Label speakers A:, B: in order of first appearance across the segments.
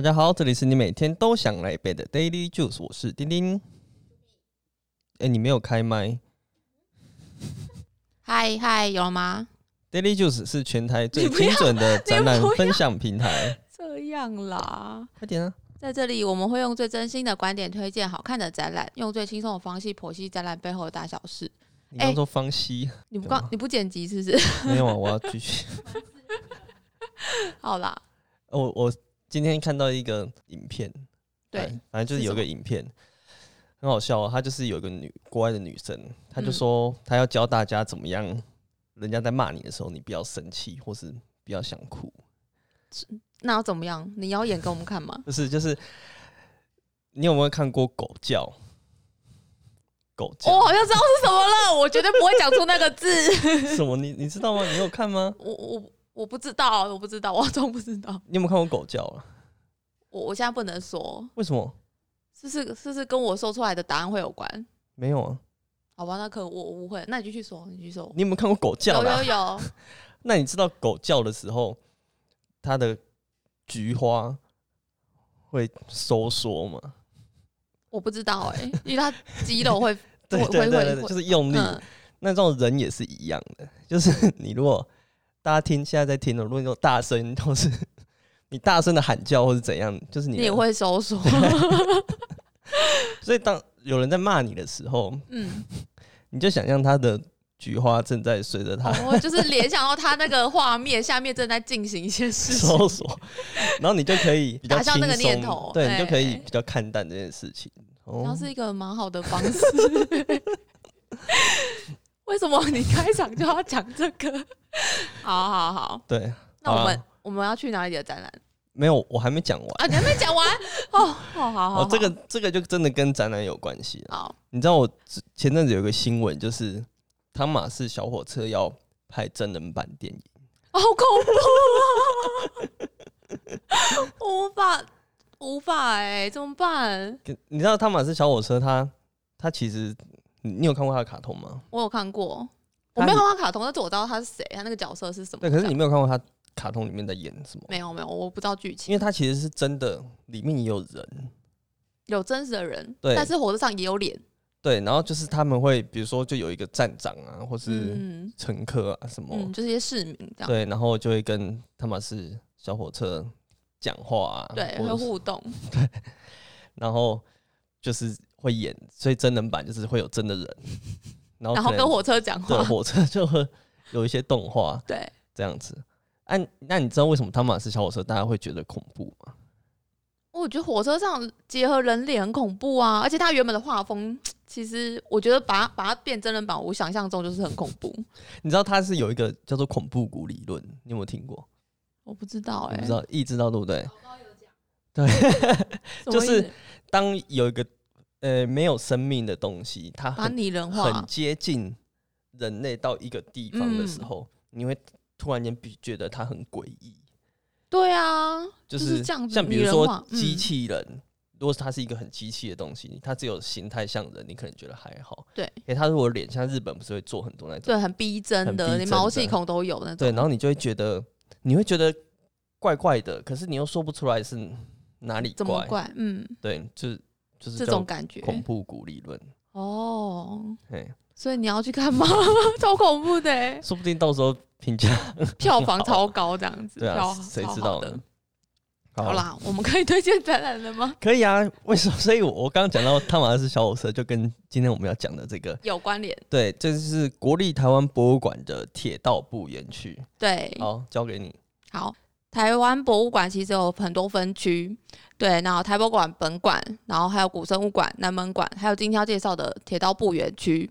A: 家好，这里是你每天都想来一杯的 Daily Juice，我是丁丁。哎、你没有开麦
B: 嗨嗨，有了吗？
A: ？Daily Juice 是全台最
B: 你不要
A: 精准的展览
B: 你不要
A: 分享平台，
B: 这样啦，
A: 快点啊！
B: 在这里我们会用最真心的观点推荐好看的展览，用最轻松的方式剖析展览背后的大小事。
A: 你刚说方西、
B: 你不
A: 对啊
B: 刚你不剪辑是不是？
A: 没有啊？我要继续。
B: 好啦，
A: 呃我我今天看到一个影片，
B: 对
A: 哎，反正就是
B: 是
A: 有一
B: 什
A: 个
B: 么
A: 影片，很好笑、哦。她就是有一个女国外的女生，她就说她要教大家怎么样，人家在骂你的时候，你不要生气，或是不要想哭，
B: 那要怎么样？你要演给我们看吗？
A: 不是就是你有没有看过狗叫？狗叫、
B: 哦我好像知道是什么了，我绝对不会讲出那个 字。
A: 什么？你你知道吗？你有看吗？
B: 我我我不知道，我不知道，我真不知道。
A: 你有没有看过狗叫啊？
B: 我我现在不能说，
A: 为什么
B: 这是这是跟我说出来的答案会有关。
A: 没有啊？
B: 好吧，那可能我误会了，那你继续说，你继续说。
A: 你有没有看过狗叫
B: 有
A: 啦？
B: 有有，
A: 那你知道狗叫的时候，它的菊花会收缩吗？
B: 我不知道哎、因为他肌肉 会
A: 对
B: 会
A: 对
B: 会
A: 对
B: 会
A: 对，
B: 会
A: 就是用力。
B: 嗯，
A: 那这种人也是一样的，就是 你如果大家听现在在听的，如果你有大声或是 你大声的喊叫或是怎样，就是你
B: 你
A: 的
B: 也。会收 缩。
A: 所以当有人在骂你的时候，
B: 嗯，
A: 你就想象他的菊花正在随着他
B: 我就是联想到他那个画面下面正在进行一些事情。
A: 搜索，然后你就可以比较
B: 打消
A: 轻
B: 那个念
A: 松
B: 头，
A: 对你就可以
B: 哎
A: 比较看淡这件事情。
B: 然后
A: 哦，
B: 是一个蛮好的方式。 为什么你开场就要讲这个？好好好，
A: 对，
B: 那
A: 好
B: 我
A: 啊
B: 们、我们要去哪里的展览
A: 没有，我还没讲完。
B: 啊？你还没讲完哦，好好好
A: 哦，这个这个就真的跟展览有关系了。
B: 好，
A: 你知道我之前阵子有个新闻，就是汤马士小火车要拍真人版电影，
B: 好恐怖啊！ 无法无法哎、怎么办？
A: 跟你知道汤马士小火车它它其实你你有看过它的卡通吗？
B: 我有看过，我
A: 他
B: 没有看过卡通，但是我知道他是谁，他那个角色是什么。
A: 对，可是你没有看过它卡通里面在演什么，
B: 没有没有，我不知道剧
A: 哦因
B: 情。
A: 为它其实是真的，里面也有人。
B: 有真实的人，
A: 对
B: 但是火车上也有脸。
A: 对，然后就是他们会，比如说就有一个站长啊，或是
B: 嗯
A: 乘客啊什么，
B: 嗯，就是一些市民这样。
A: 对，然后就会跟汤马士小火车讲话啊，
B: 对，
A: 或
B: 会
A: 者是
B: 互动。
A: 然后就是会演，所以真人版就是会有真的人，然后
B: 然后
A: 可能
B: 跟火车讲
A: 对
B: 话。
A: 火车就会有一些动画
B: 对，
A: 这样子。哎、那你知道为什么汤马斯小火车大家会觉得恐怖吗？
B: 我觉得火车上结合人脸很恐怖啊，而且它原本的画风，其实我觉得把它把它变真人版，我想象中就是很恐怖。
A: 你知道它是有一个叫做恐怖谷理论，你有没有听过？
B: 我不知道
A: 你
B: 哎、
A: 不知道，意知道对不对？
B: 什么意思
A: 就是当有一个呃没有生命的东西，它
B: 把它
A: 很
B: 拟人
A: 很
B: 化。
A: 接近人类到一个地方的时
B: 嗯
A: 候，你会突然间比觉得它很诡异。
B: 对啊，
A: 就
B: 就是
A: 是
B: 这样子
A: 像比
B: 拟
A: 如
B: 人
A: 说
B: 化嗯
A: 机器人，如果它是一个很机器的东西，它只有形态像人，你可能觉得还好。
B: 对，
A: 诶，它如果脸像日本，不是会做很多那种，
B: 对，很逼
A: 很
B: 真
A: 逼
B: 的，连
A: 真
B: 毛
A: 的
B: 细孔都有那种。
A: 对，然后你就会觉得，你会觉得怪怪的，可是你又说不出来是哪里
B: 怎么怪？嗯，
A: 对，就是就是
B: 这
A: 叫
B: 种感觉。
A: 恐怖谷理论。
B: 哦，
A: 嘿，
B: 所以你要去看吗？ 超恐怖的欸，
A: 说不定到时候评价
B: 票房超高这样子。
A: 对啊
B: 票，房
A: 谁
B: 超
A: 知
B: 好
A: 道
B: 的
A: 呢？？
B: 好，啦，我们可以推荐展览了吗？
A: 可以啊。为什么？所以我我刚刚讲到汤马斯小火车，就跟今天我们要讲的这个
B: 有关联，
A: 对，这是国立台湾博物馆的铁道部园区。
B: 对，
A: 好，交给你。
B: 好。台湾博物馆其实有很多分区，对，然后台博馆本馆，然后还有古生物馆、南门馆，还有今天要介绍的铁道部园区，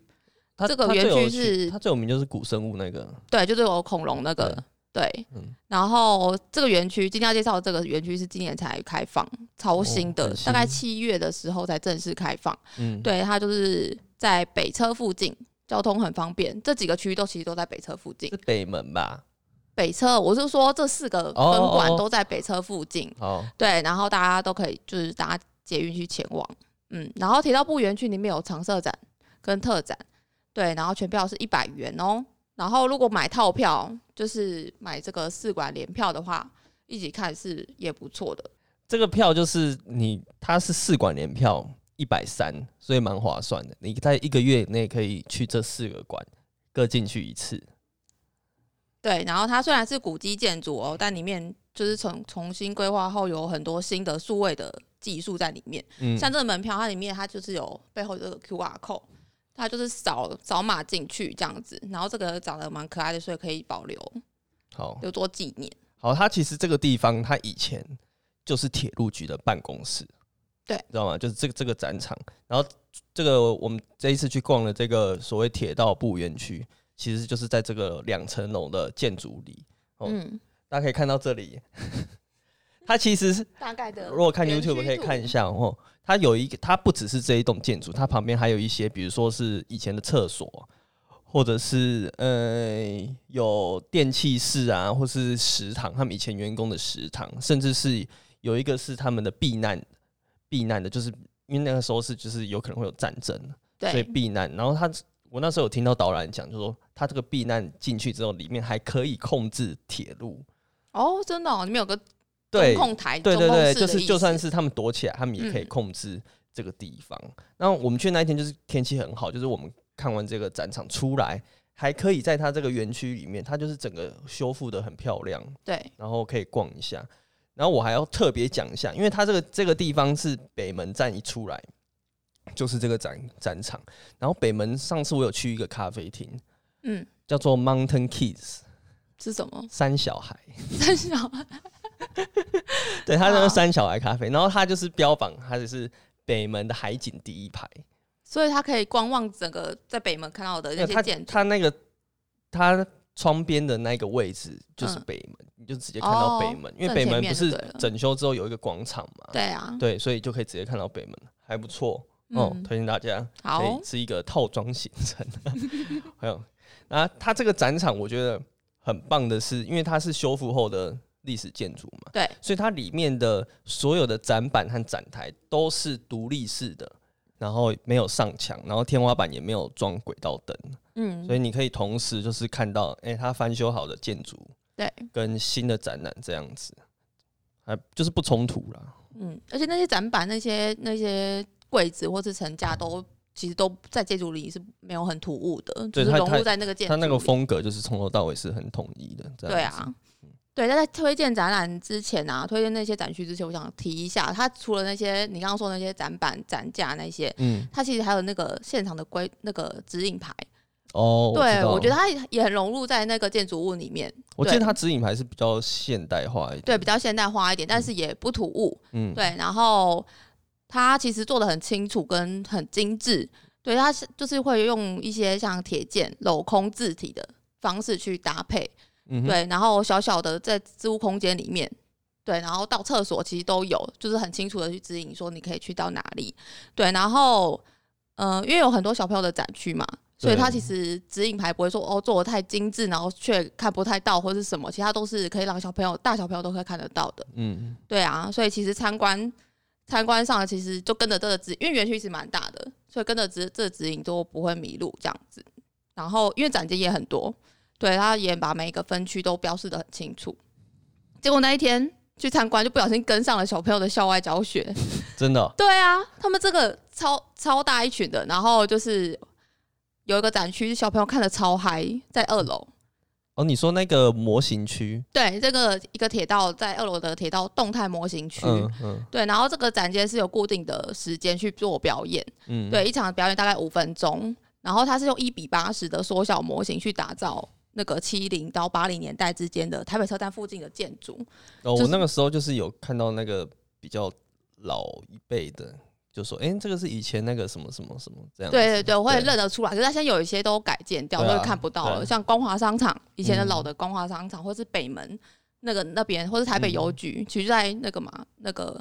A: 它
B: 这个
A: 它最
B: 园区
A: 有趣
B: 是
A: 它最有名就是古生物那个，
B: 对，就是有恐龙那个，对，
A: 嗯
B: 然后这个园区今天要介绍的这个园区是今年才开放，超哦新的，
A: 很新
B: 大概七月的时候才正式开放。
A: 嗯，
B: 对，它就是在北车附近，交通很方便。这几个区都其实都在北车附近
A: 是。北门吧？
B: 北车，我是说这四个
A: 哦
B: 分
A: 哦
B: 馆
A: 哦
B: 都在北车附近。
A: 好，
B: 对，然后大家都可以就是搭捷运去前往。嗯，然后铁道部园区里面有常设展跟特展，对，然后全票是一百元哦。然后如果买套票，就是买这个四馆联票的话，一起看是也不错的。
A: 这个票就是你，它是四馆联票一百三，所以蛮划算的。你在一个月以内可以去这四个馆各进去一次。
B: 对，然后它虽然是古迹建筑哦，但里面就是重重新规划后有很多新的数位的技术在里面。
A: 嗯，
B: 像这个门票，它里面它就是有背后有这个 QR code，它就是扫扫码进去这样子。然后这个长得蛮可爱的，所以可以保留
A: 好
B: 留作纪念。
A: 好，它其实这个地方它以前就是铁路局的办公室，
B: 对
A: 你知道吗？就是这个这个展场，然后这个我们这一次去逛的这个所谓铁道部园区，其实就是在这个两层楼的建筑里，哦
B: 嗯，
A: 大家可以看到这里， 它其实是
B: 大概的。
A: 如果看 YouTube 可以看一。下哦，它有一个，它不只是这一栋建筑，它旁边还有一些，比如说是以前的厕所，或者是呃有电器室啊，或是食堂，他们以前员工的食堂，甚至是有一个是他们的避难避难的，就是因为那个时候是就是有可能会有战争，所以
B: 对，
A: 避难。然后他我那时候有听到导览讲，就说他这个避难进去之后，里面还可以控制铁路。
B: 哦，真的、哦，里面有个
A: 对
B: 中，控台，
A: 对对
B: 中控
A: 对，
B: 室
A: 就
B: 的
A: 是
B: 意
A: 就算
B: 思
A: 是他们躲起来，他们也可以
B: 嗯
A: 控制这个地方。那、我们去那一天就是天气很好，就是我们看完这个展场出来，还可以在它这个园区里面，它就是整个修复的很漂亮，
B: 对
A: 然后可以逛一下。然后我还要特别讲一下，因为它这个这个地方是北门站一出来，就是这个展展场。然后北门上次我有去一个咖啡厅，
B: 嗯
A: 叫做 Mountain Kids
B: 是什么？哦
A: 三小孩，
B: 三小
A: 对，它叫
B: 好
A: 三小孩咖啡，然后它就是标榜它就是北门的海景第一排，
B: 所以他可以观望整个在北门看到的那
A: 因为它
B: 些建筑，
A: 它那个它窗边的那个位置就是
B: 嗯
A: 北门，你就直接看到北门，因为
B: 正
A: 北
B: 前
A: 门
B: 面
A: 不
B: 就是对了
A: 整修之后有一个广场嘛，
B: 对啊，
A: 对，所以就可以直接看到北门，还不错哦，
B: 嗯，
A: 推荐大家。可
B: 好
A: 以，是一个套装行程。 还有，那它这个展场我觉得很棒的是，因为它是修复后的历史建筑嘛，
B: 对，
A: 所以它里面的所有的展板和展台都是独立式的，然后没有上墙，然后天花板也没有装轨道灯，
B: 嗯
A: 所，以你可以同时就是看到，哎、它翻修好的建筑
B: 对，
A: 跟新的展览这样子，还就是不冲突啦。
B: 嗯，而且那些展板、那些那些柜子或是层架都。其实都在建筑里是没有很突兀的，就
A: 对
B: 是
A: 它
B: 融
A: 它
B: 入在那个建筑
A: 它
B: 里。
A: 那个风格就是从头到尾是很统一的，嗯这样子，
B: 对啊，对，但在推荐展览之前啊，推荐那些展区之前，我想提一下，它除了那些你刚刚说的那些展板、展架那些，
A: 嗯，
B: 它其实还有那个现场的规那个指引牌。
A: 哦，
B: 对，我
A: 我
B: 觉
A: 知
B: 得
A: 道
B: 它也也很融入在那个建筑物里面，
A: 我记得
B: 对
A: 它指引牌是比较现代化一点，
B: 对，比较现代化一点，但是也不突兀。
A: 嗯，
B: 对，然后它其实做的很清楚跟很精致，对，它是就是会用一些像铁件镂空字体的方式去搭配，
A: 嗯哼，
B: 对，然后小小的在置物空间里面，对，然后到厕所其实都有，就是很清楚的去指引说你可以去到哪里，对，然后呃，因为有很多小朋友的展区嘛。所以它
A: 对
B: 其实指引牌不会说哦做的太精致，然后却看不太到或是什么，其他都是可以让小朋友、大小朋友都可以看得到的。
A: 嗯，
B: 对啊，所以其实参观参观上其实就跟着这个指，因为园区其实蛮大的，所以跟着指这个指引都不会迷路这样子。然后因为展间也很多，对，他也把每一个分区都标示的很清楚。结果那一天去参观，就不小心跟上了小朋友的校外教学。
A: 真的哦、
B: 对啊，他们这个超超大一群的，然后就是有一个展区，小朋友看的超嗨，在二楼。
A: 哦，你说那个模型区，
B: 对，这个一个铁道在二楼的铁道动态模型区，
A: 嗯嗯
B: 对，然后这个展间是有固定的时间去做表演，
A: 嗯，
B: 对，一场表演大概五分钟，然后它是用一比八十的缩小模型去打造那个七零到八零年代之间的台北车站附近的建筑，
A: 哦，
B: 就是
A: 我那个时候就是有看到那个比较老一辈的，就说，哎、这个是以前那个什么什么什么这样子，
B: 对对对，我会
A: 对
B: 认得出来，可是它现在有一些都改建掉，
A: 对啊
B: 都会看不到了，
A: 对
B: 像光华商场以前的老
A: 嗯
B: 的光华商场，或是北门那个那边，或是台北
A: 嗯
B: 邮局，其实在那个嘛那个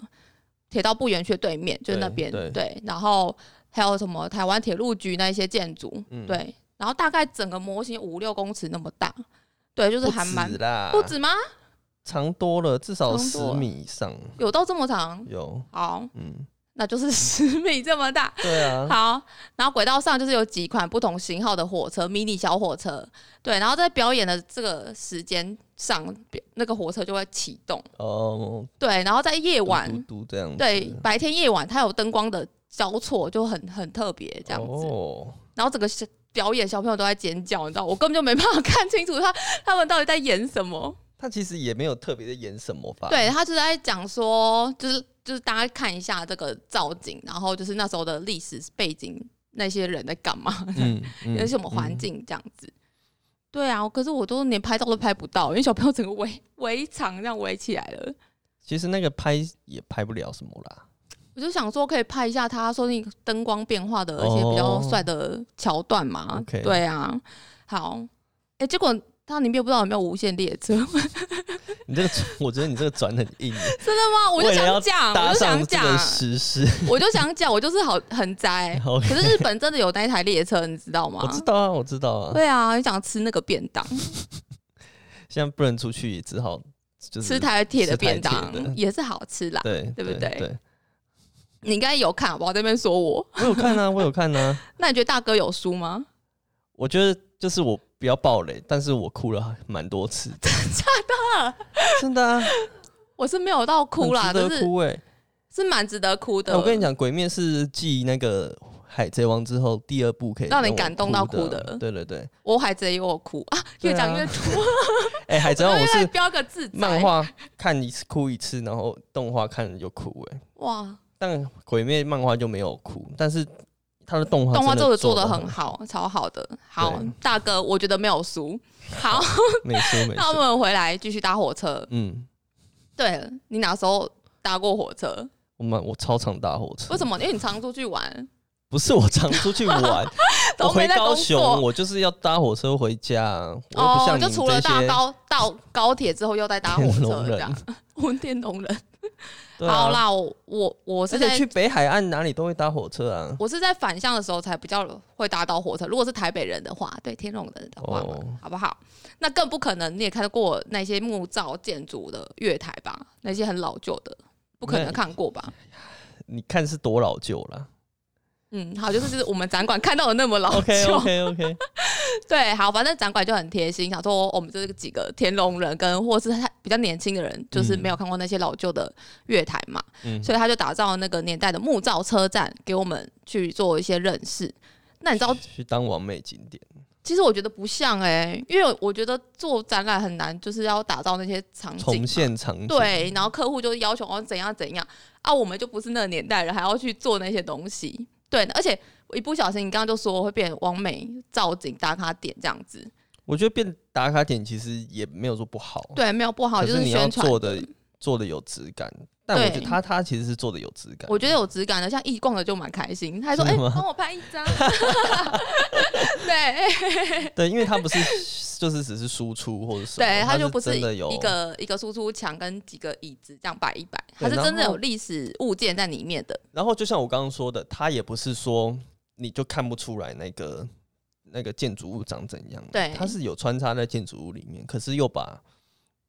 B: 铁道部园区的对面，就是那
A: 对
B: 边
A: 对
B: 对，然后还有什么台湾铁路局那一些建筑，
A: 嗯，
B: 对，然后大概整个模型五六公尺那么大，对，就是
A: 不
B: 还蛮
A: 止啦，
B: 不止吗？
A: 长多了，至少
B: 长
A: 十
B: 多了
A: 米以上
B: 有到这么长？
A: 有，
B: 好，
A: 嗯，
B: 那就是 十米这么大。
A: 对啊，
B: 好，然后轨道上就是有几款不同型号的火车，迷你小火车，对，然后在表演的这个时间上，那个火车就会启动，
A: 哦，
B: 对，然后在夜
A: 嘟
B: 晚，
A: 嘟嘟这样子，
B: 对，白天夜晚它有灯光的交错，就很很特别这样子。
A: 哦，
B: 然后整个小表演小朋友都在尖叫，你知道，我根本就没办法看清楚他他们到底在演什么。
A: 他其实也没有特别的演什么吧？，
B: 对他就是在讲说，就是就是大家看一下这个造景，然后就是那时候的历史背景，那些人在干嘛，
A: 嗯，
B: 有
A: 嗯
B: 什么环境这样子。对啊，可是我都连拍照都拍不到，因为小朋友整个围围场这样围起来了。
A: 其实那个拍也拍不了什么啦。
B: 我就想说，可以拍一下他，说不定灯光变化的一些比较帅的桥段嘛。
A: 哦，OK
B: 对啊，好，哎、结果它里面不知道有没有无限列车，
A: 你这个，我觉得你这个转 很硬，
B: 真的吗？我就想讲，啊我
A: 搭
B: 就
A: 上
B: 想
A: 这
B: 讲，
A: 个实施。。
B: 我就想讲，我就是好很宅
A: OK，
B: 可是日本真的有那一台列车，你知道吗
A: 我？知道啊，我知道啊，
B: 对啊，你想吃那个便当，
A: 现在不能出去，也只好 就是
B: 吃台铁的
A: 吃台铁
B: 便当
A: 的
B: 也是好吃啦。
A: 对
B: 对不对
A: 对，
B: 你应该有看，好不好？在那边说我，
A: 我有看 啊，我有看啊，
B: 那你觉得大哥有输吗？
A: 我觉得就是我不要暴雷，但是我哭了蛮多 次，真的，真的啊，
B: 我是没有到哭啦，
A: 很值
B: 可
A: 得
B: 是
A: 哭哎。
B: 是蛮值得哭的。
A: 我跟你讲，《鬼面》是继那个《海贼王》之后第二部可以
B: 让你
A: 我
B: 感动到哭
A: 的
B: 的，
A: 对对对。
B: 我海贼有我哭啊，
A: 对啊
B: 越讲越多。
A: 哎，《海贼
B: 因
A: 王》
B: 为
A: 我是
B: 标个字，
A: 漫画看一次哭一次，然后动画看有哭哎，
B: 哇，
A: 但《鬼灭》漫画就没有哭，但是他的动画
B: 动画
A: 真
B: 做
A: 的
B: 的做的
A: 得
B: 很，好，超好的。好
A: 对，
B: 大哥，我觉得没有输。好，
A: 没错没
B: 那我
A: 错。
B: 们回来继续搭火车。
A: 嗯，
B: 对了你哪时候搭过火车？
A: 我们我超常搭火车，
B: 为什么？因为你常出去玩，，
A: 不是我常出去玩我
B: 都
A: 回
B: 没在
A: 高
B: 工
A: 雄
B: 作
A: 我就是要搭火车回家啊，我又不
B: 哦
A: 像，你
B: 就
A: 们
B: 除了
A: 这
B: 大
A: 些
B: 高到高铁之后又再搭火
A: 天
B: 车
A: 龙
B: 这
A: 人
B: 样，温天龙人。
A: 对啊
B: 好，啦，我我我
A: 而
B: 是
A: 且
B: 在
A: 去北海岸哪里都会搭火车啊。
B: 我是在返乡的时候才比较会搭到火车。如果是台北人的话，对天龙人的话嘛，
A: 哦
B: 好不好？那更不可能，你也看过那些木造建筑的月台吧？那些很老旧的，不可能看过吧？
A: 你看是多老旧了
B: 嗯，好，就是 就是我们展馆看到的那么老旧。
A: ？OK OK OK，
B: 对，好，反正展馆就很贴心，想说我们这几个天龙人跟或是比较年轻的人，就是没有看过那些老旧的月台嘛，
A: 嗯
B: 所以他就打造那个年代的木造车站给我们去做一些认识。那你知道
A: 去当完美景点，
B: 其实我觉得不像哎、因为我觉得做展览很难，就是要打造那些场景
A: 重
B: 嘛。
A: 现场景。
B: 对，然后客户就要求哦怎样怎样啊，我们就不是那个年代人，还要去做那些东西。对，而且我一不小心，你刚刚就说会变完美造景打卡点这样子，
A: 我觉得变打卡点其实也没有说不好，
B: 对，没有不好，
A: 可
B: 就是
A: 你要
B: 宣传
A: 做的做的有质感。但我
B: 对
A: 觉得他他其实是做的有质感，
B: 我觉得有质感的，像义逛的就蛮开心，他还说哎
A: 真的吗
B: 帮、我拍一 张，对哎
A: 对，因为他不是就是只是输出或者什么，
B: 对，
A: 他
B: 就不
A: 真的有
B: 一个一个输出墙跟几个椅子这样摆一摆，它
A: 对
B: 是
A: 然
B: 真的
A: 后
B: 有历史物件在里面的。
A: 然后就像我刚刚说的，他也不是说你就看不出来那个那个建筑物长怎样，
B: 对
A: 它是有穿插在建筑物里面，可是又把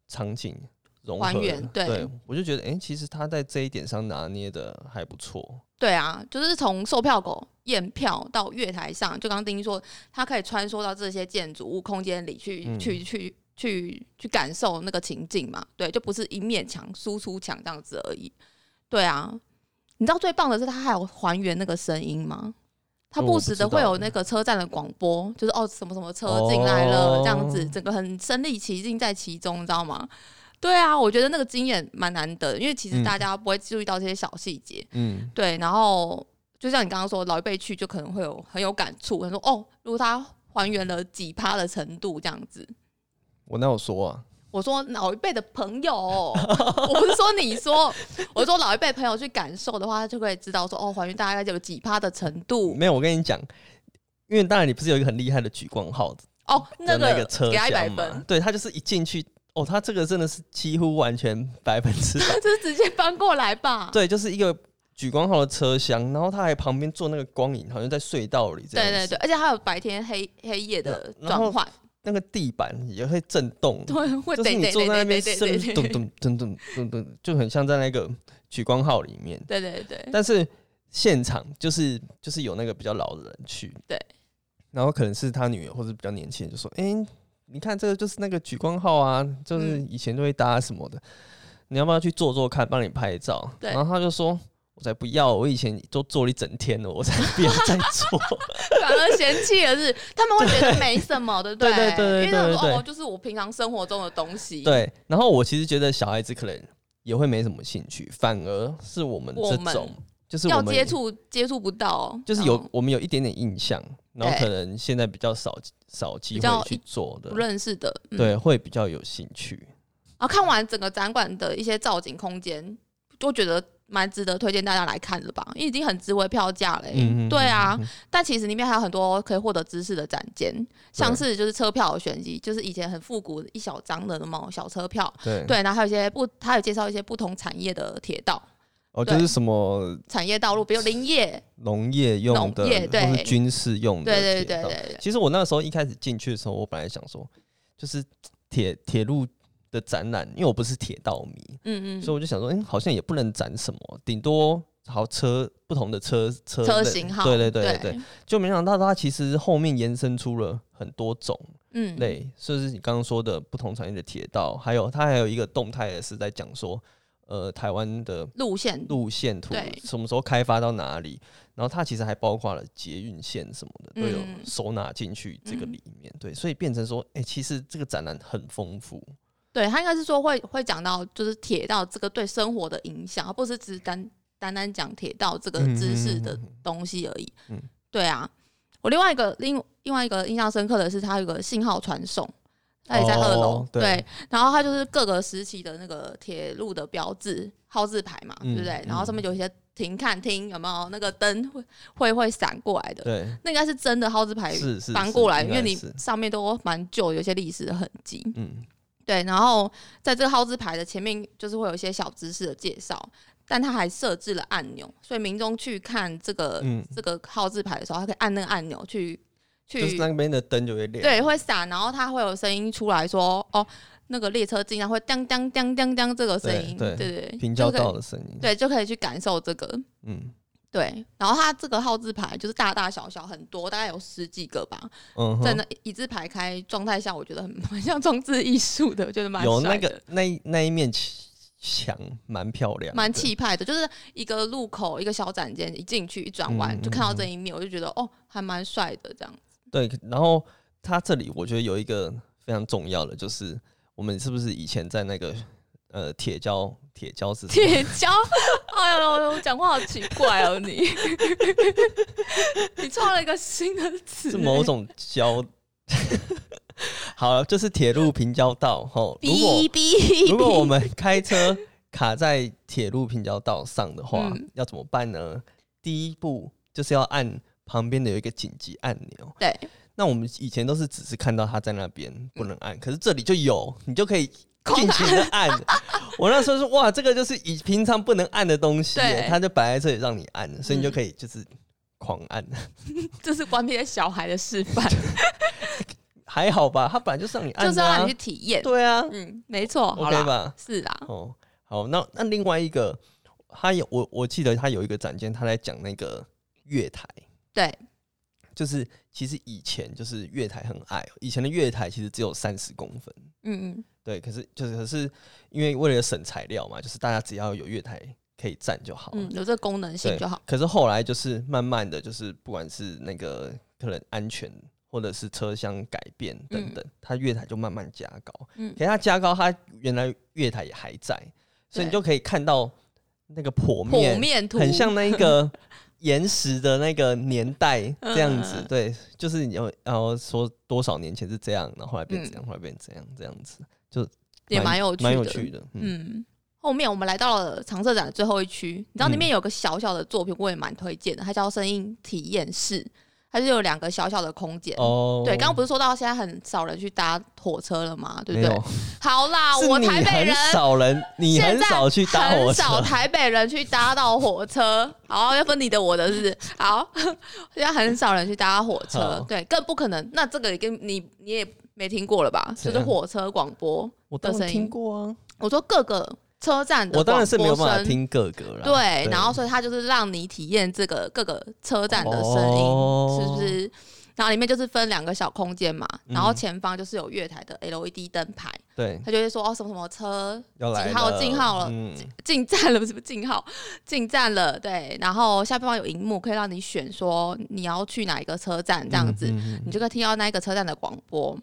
A: 场景融合
B: 还原
A: 了
B: 对
A: 我就觉得，哎、其实他在这一点上拿捏的还不错，
B: 对啊，就是从售票口验票到月台上，就刚刚丁一说，它可以穿梭到这些建筑物空间里去，
A: 嗯
B: 去去去去感受那个情境嘛。对，就不是一面墙、输出墙这样子而已。对啊，你知道最棒的是它还有还原那个声音吗？它
A: 哦
B: 不
A: 我
B: 时
A: 不
B: 的
A: 知
B: 会有
A: 道
B: 那个车站的广播，就是哦什么什么车进来了、这样子，
A: 哦
B: 整个很身临其境在其中，你知道吗？对啊，我觉得那个经验蛮难得的，因为其实
A: 嗯
B: 大家不会注意到这些小细节。
A: 嗯，
B: 对，然后就像你刚刚说，老一辈去就可能会有很有感触，他说哦，如果他还原了几趴的程度这样子。
A: 我哪有说啊？
B: 我说老一辈的朋友，我不是说你说，我说老一辈朋友去感受的话，他就可以知道说哦，还原大概有几趴的程度
A: 没有，我跟你讲，因为当然你不是有一个很厉害的举光号的
B: 哦，那
A: 那
B: 个
A: 个车
B: 给他一百
A: 厢嘛
B: 分，，
A: 对他就是一进去，哦，他这个真的是几乎完全百分之 百。
B: 就是直接翻过来吧。
A: 对，就是一个举光号的车厢，然后他还旁边做那个光影，好像在隧道里这样
B: 对
A: 子。
B: 对对，而且还有白天黑黑夜的
A: 然后
B: 转换，
A: 那个地板也会震动，
B: 对， 会
A: 就是
B: 对
A: 你
B: 对
A: 坐
B: 对
A: 在那
B: 对
A: 边
B: 对对
A: 是
B: 对
A: 咚咚咚咚咚咚咚，就很像在那个举光号里面。
B: 对对对，
A: 但是现场就是就是有那个比较老的人去，
B: 对，
A: 然后可能是他女儿或者比较年轻人就说：“哎、你看这个就是那个举光号啊，就是
B: 嗯
A: 以前都会搭什么的，你要不要去做做看，帮你拍照？”
B: 对
A: 然后他就说。我才不要！我以前都做了一整天了，我才不要再 做。
B: 反而嫌弃的是，他们会觉得没什么，对不
A: 对对
B: 对
A: 对对
B: 因为他们
A: 对对
B: 说
A: 对
B: 哦，就是我平常生活中的东西。，
A: 对，然后我其实觉得小孩子可能也会没什么兴趣，反而是我们
B: 我
A: 这
B: 们
A: 种，就是我
B: 要
A: 们
B: 接触接触不到，
A: 就是
B: 嗯
A: 有我们有一点点印象，然后
B: 对
A: 可能现在比较少少机
B: 比较
A: 会去
B: 一
A: 做的
B: 不，认识的，嗯、
A: 对，会比较有兴趣。
B: 然后看完整个展馆的一些造景空间，就觉得蛮值得推荐大家来看的吧，因为已经很值回票价嘞、
A: 嗯
B: 对啊，
A: 嗯嗯
B: 但其实里面还有很多可以获得知识的展间，像是就是车票的选集，就是以前很复古的一小张的那种小车票。
A: 对，
B: 对，然后还有一些不，他有介绍一些不同产业的铁道、
A: 哦，
B: 对
A: 就是什么
B: 产业道路，比如林业，
A: 农业用的，
B: 农业对
A: 或是军事用的，
B: 对对对对。对，
A: 其实我那时候一开始进去的时候，我本来想说，就是铁铁路的展览，因为我不是铁道迷，
B: 嗯嗯，
A: 所以我就想说，嗯、好像也不能展什么，顶多好车不同的车车
B: 车
A: 类
B: 型号，
A: 对对对对对，，就没想到它其实后面延伸出了很多种
B: 嗯，
A: 类，就是你刚刚说的不同产业的铁道，还有它还有一个动态的是在讲说，呃，台湾的
B: 路线，
A: 路线图
B: 对
A: 什么时候开发到哪里，然后它其实还包括了捷运线什么的，都有
B: 嗯
A: 收纳进去这个里面。对，所以变成说，哎、其实这个展览很丰富。
B: 对他应该是说会会讲到就是铁道这个对生活的影响，而不是只单单单讲铁道这个
A: 嗯
B: 知识的东西而已。
A: 嗯嗯嗯嗯
B: 对啊，我另外一个另另外一个印象深刻的是，它有个信号传送，它也在二楼，
A: 哦
B: 对
A: 对
B: 然后它就是各个时期的那个铁路的标志号字牌嘛，
A: 嗯
B: 对不对？
A: 嗯
B: 然后上面有一些停看厅，有没有那个灯会会会闪过来的？
A: 对，
B: 那应该是真的号字牌
A: 是是
B: 翻过来，
A: 是
B: 因为你
A: 应该是
B: 上面都蛮旧，有一些历史的痕迹。
A: 嗯，
B: 对，然后在这个号字牌的前面，就是会有一些小知识的介绍，但它还设置了按钮，所以民众去看这个、
A: 嗯
B: 这个号字牌的时候，他可以按那个按钮去去、
A: 就是那边的灯就会亮。
B: 对会闪，然后它会有声音出来说哦，那个列车进来会当当当当当这个声音，
A: 对
B: 对对，
A: 平
B: 就
A: 交
B: 可以
A: 道的声音。，
B: 对就可以去感受这个。
A: 嗯
B: 对，然后它这个号字牌就是大大小小很多，大概有十几个吧，
A: 嗯哼
B: 在那一字排开状态下，我觉得很 蛮像装置艺术的，我觉得蛮
A: 有
B: 帅
A: 那
B: 的
A: 个那一那一面墙蛮漂亮的，
B: 蛮气派的，就是一个路口一个小展间，一进去一转弯、
A: 嗯嗯
B: 就看到这一面，我就觉得哦，还蛮帅的这样。
A: 对，然后它这里我觉得有一个非常重要的，就是我们是不是以前在那个呃铁胶铁胶是什么
B: 铁锹，哎呦，我讲话好奇怪哦，你 你创了一个新的词，
A: 是某种胶？ 好了，就是铁路平交道吼。如
B: 哔
A: 果
B: 哔，
A: 如果我们开车卡在铁路平交道上的话，
B: 嗯
A: 要怎么办呢？第一步就是要按旁边的有一个紧急按钮，
B: 对
A: 那我们以前都是只是看到他在那边不能
B: 嗯
A: 按，可是这里就有，你就可以尽情的 按。我那时候说哇，这个就是以平常不能按的东西耶
B: 对，
A: 他就摆在这里让你按，所以你就
B: 嗯
A: 可以就是狂按，
B: 这是关闭小孩的示 范，
A: 还好吧？他本来就是让你
B: 就
A: 按
B: 是
A: 的、
B: 要
A: 啊，
B: 让你去体验。
A: 对啊
B: 嗯，没错，好
A: ，OK
B: 啦，
A: 吧？
B: 是啦，
A: 哦，好，那那另外一个，他有我我记得他有一个展间，他在讲那个月台，
B: 对，
A: 就是其实以前就是月台很矮，以前的月台其实只有三十公分。
B: 嗯嗯，
A: 对，可是就是可是因为为了省材料嘛，就是大家只要有月台可以站就好。
B: 嗯，有这个功能性
A: 对
B: 就好。
A: 可是后来就是慢慢的就是不管是那个可能安全或者是车厢改变等等，它月台就慢慢加高。
B: 嗯
A: 可是它加高，它原来月台也还在，所以你
B: 对
A: 就可以看到那个剖
B: 剖
A: 面，
B: 面图
A: 很像那一个 岩石的那个年代这样子。
B: 嗯
A: 对，就是你要要说多少年前是这样，然后后来变这样，后来变这样，这样子。
B: 嗯也蛮有趣的，
A: 蛮有趣的。嗯，
B: 嗯，后面我们来到了长社展的最后一区，你知道
A: 嗯
B: 里面有个小小的作品，我也蛮推荐的，它叫声音体验室，它就有两个小小的空间。
A: 哦，
B: 对，刚刚不是说到现在很少人去搭火车了吗？对不
A: 没
B: 对
A: 有？，
B: 好啦，
A: 是
B: 啊我
A: 你
B: 台北
A: 很
B: 人
A: 少人，你
B: 现
A: 很
B: 在
A: 少去搭火 车，
B: 很少台北人去搭到火车，好，要分你的我的是不是？好，现在很少人去搭火车
A: 好，
B: 对，更不可能。那这个也跟你你也没听过了吧？就
A: 怎
B: 是
A: 样
B: 火车广播，
A: 我当
B: 的声
A: 然
B: 音
A: 听过啊。
B: 我说各个车站的
A: 我当然是没有
B: 嗯广播
A: 办法
B: 声
A: 听各个啦。
B: 对，然后所以它就是让你体验这个各个车站的声音，
A: 哦
B: 是不是？然后里面就是分两个小空间嘛，
A: 嗯
B: 然后前方就是有月台的 LED 灯牌，
A: 对
B: 它就会说哦什么什么车
A: 要来
B: 几号
A: 了
B: 进号了
A: 嗯，
B: 进站了，不是不是进号进站了，对，然后下方有荧幕可以让你选说你要去哪一个车站这样子，
A: 嗯嗯嗯
B: 你就可以听到那一个车站的广播。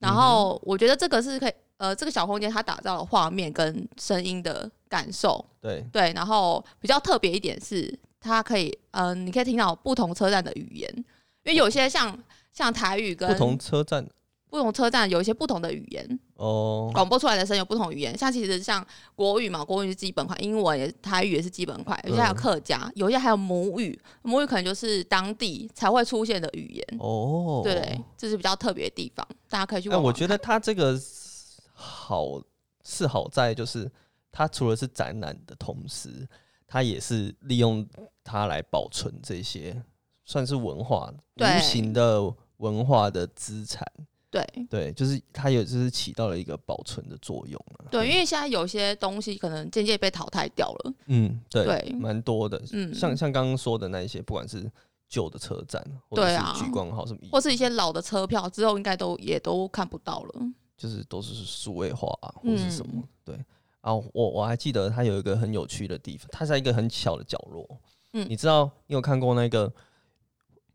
B: 然
A: 嗯
B: 后我觉得这个是可以，呃，这个小空间它打造了画面跟声音的感受，
A: 嗯对，
B: 对，然后比较特别一点是，它可以，嗯、你可以听到不同车站的语言，因为有些像像台语跟
A: 不同车站
B: 不同车站有一些不同的语言，
A: 哦，
B: 广播出来的声音有不同语言，像其实像国语嘛，国语是基本款，英文也台语也是基本款，有些还有
A: 嗯
B: 客家，有些还有母语，母语可能就是当地才会出现的语言，
A: 哦，
B: 对对，这是比较特别的地方，大家可以去
A: 那
B: 玩玩看。
A: 我觉得它这个是好是好在就是，它除了是展览的同时，它也是利用它来保存这些算是文化
B: 对
A: 无形的文化的资产。
B: 对，
A: 对，就是它也就是起到了一个保存的作用啊。
B: 对，因为现在有些东西可能渐渐被淘汰掉了，
A: 嗯，对
B: 对，
A: 蛮多的。
B: 嗯，
A: 像像刚刚说的那一些，不管是旧的车站，或者
B: 对
A: 是
B: 啊
A: 莒光号什么，
B: 或是一些老的车票之后，应该都也都看不到了。
A: 就是都是数位化、啊、或是什么，
B: 嗯
A: 对。啊，我我还记得它有一个很有趣的地方，它在一个很小的角落。
B: 嗯
A: 你知道你有看过那个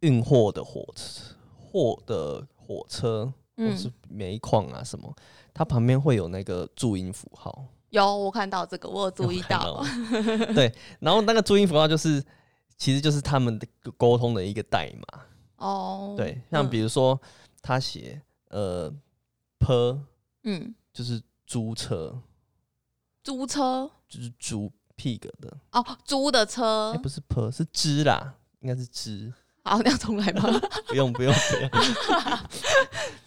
A: 运货的火车货的火车，或是
B: 嗯，
A: 煤矿啊什么，它旁边会有那个注音符号，
B: 有我看到这个，我有注意
A: 有
B: 到。
A: 看 到吗对，然后那个注音符号就是其实就是他们的沟通的一个代码。
B: 哦，
A: 对，像比如说他写呃 p
B: 嗯，
A: 就是租车，
B: 租车
A: 就是租 pig 的，
B: 哦，租的车
A: 哎、，不是 p 是只啦，应该是只，
B: 好，那要重来 吗？
A: 不用不用不用，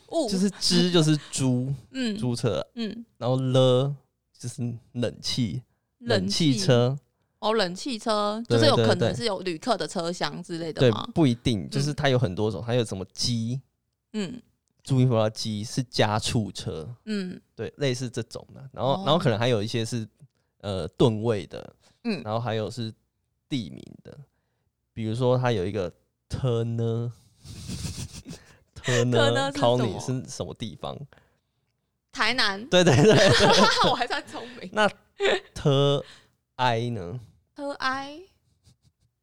B: 物
A: 就是只就是租
B: 嗯
A: 租车，
B: 嗯，
A: 然后了就是冷气冷气车，
B: 哦，冷气车
A: 对
B: 就是有
A: 对
B: 可
A: 对
B: 能是有旅客的车厢之类的
A: 对
B: 吗？，
A: 不一定，就是它有很多种，还有什么鸡，
B: 嗯
A: 注意不到鸡是家畜车，
B: 嗯
A: 对，类似这种的。然后，
B: 哦
A: 然后可能还有一些是呃吨位的，
B: 嗯
A: 然后还有是地名的，比如说它有一个特呢，特
B: 特呢
A: 呢，
B: 是
A: 考
B: 什
A: 你
B: 么
A: 是什么地方？
B: 台南，
A: 对对对，
B: 我还算聪明。
A: 那特哀呢？
B: 特哀，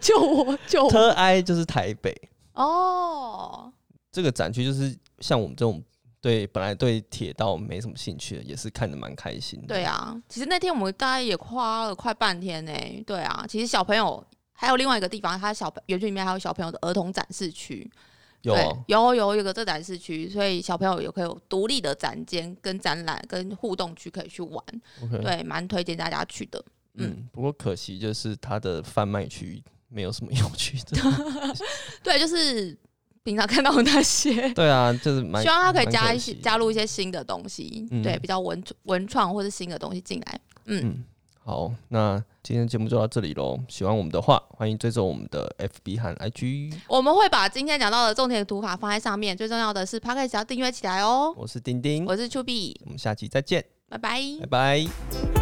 B: 救我救我！
A: 特哀就是台北
B: 哦，
A: 这个展区，就是像我们这种。对，本来对铁道没什么兴趣的，也是看得蛮开心的。
B: 对啊，其实那天我们大概也花了快半天呢、对啊，其实小朋友还有另外一个地方，它小朋园区里面还有小朋友的儿童展示区，
A: 有
B: 对
A: 啊，
B: 有有有个这展示区，所以小朋友也可以有独立的展间、跟展览、跟互动区可以去玩，
A: OK
B: 对，蛮推荐大家去的。嗯
A: 嗯，不过可惜就是它的贩卖区没有什么有 趣的。
B: 对，就是平常看到的那 些。
A: 对啊，就是蛮
B: 希望它可以
A: 蛮
B: 加一
A: 惜
B: 些
A: 的
B: 加入一些新的东西，
A: 嗯
B: 对，比较文文创或是新的东西进来。
A: 嗯。好，那今天节目就到这里喽。喜欢我们的话，欢迎追踪我们的 FB 和 IG。
B: 我们会把今天讲到的重点的读法放在上面，最重要的是 p o d c a s t 要订阅起来哦。
A: 我是丁丁，
B: 我是丘比，
A: 我们下期再见，
B: 拜拜。
A: 拜拜。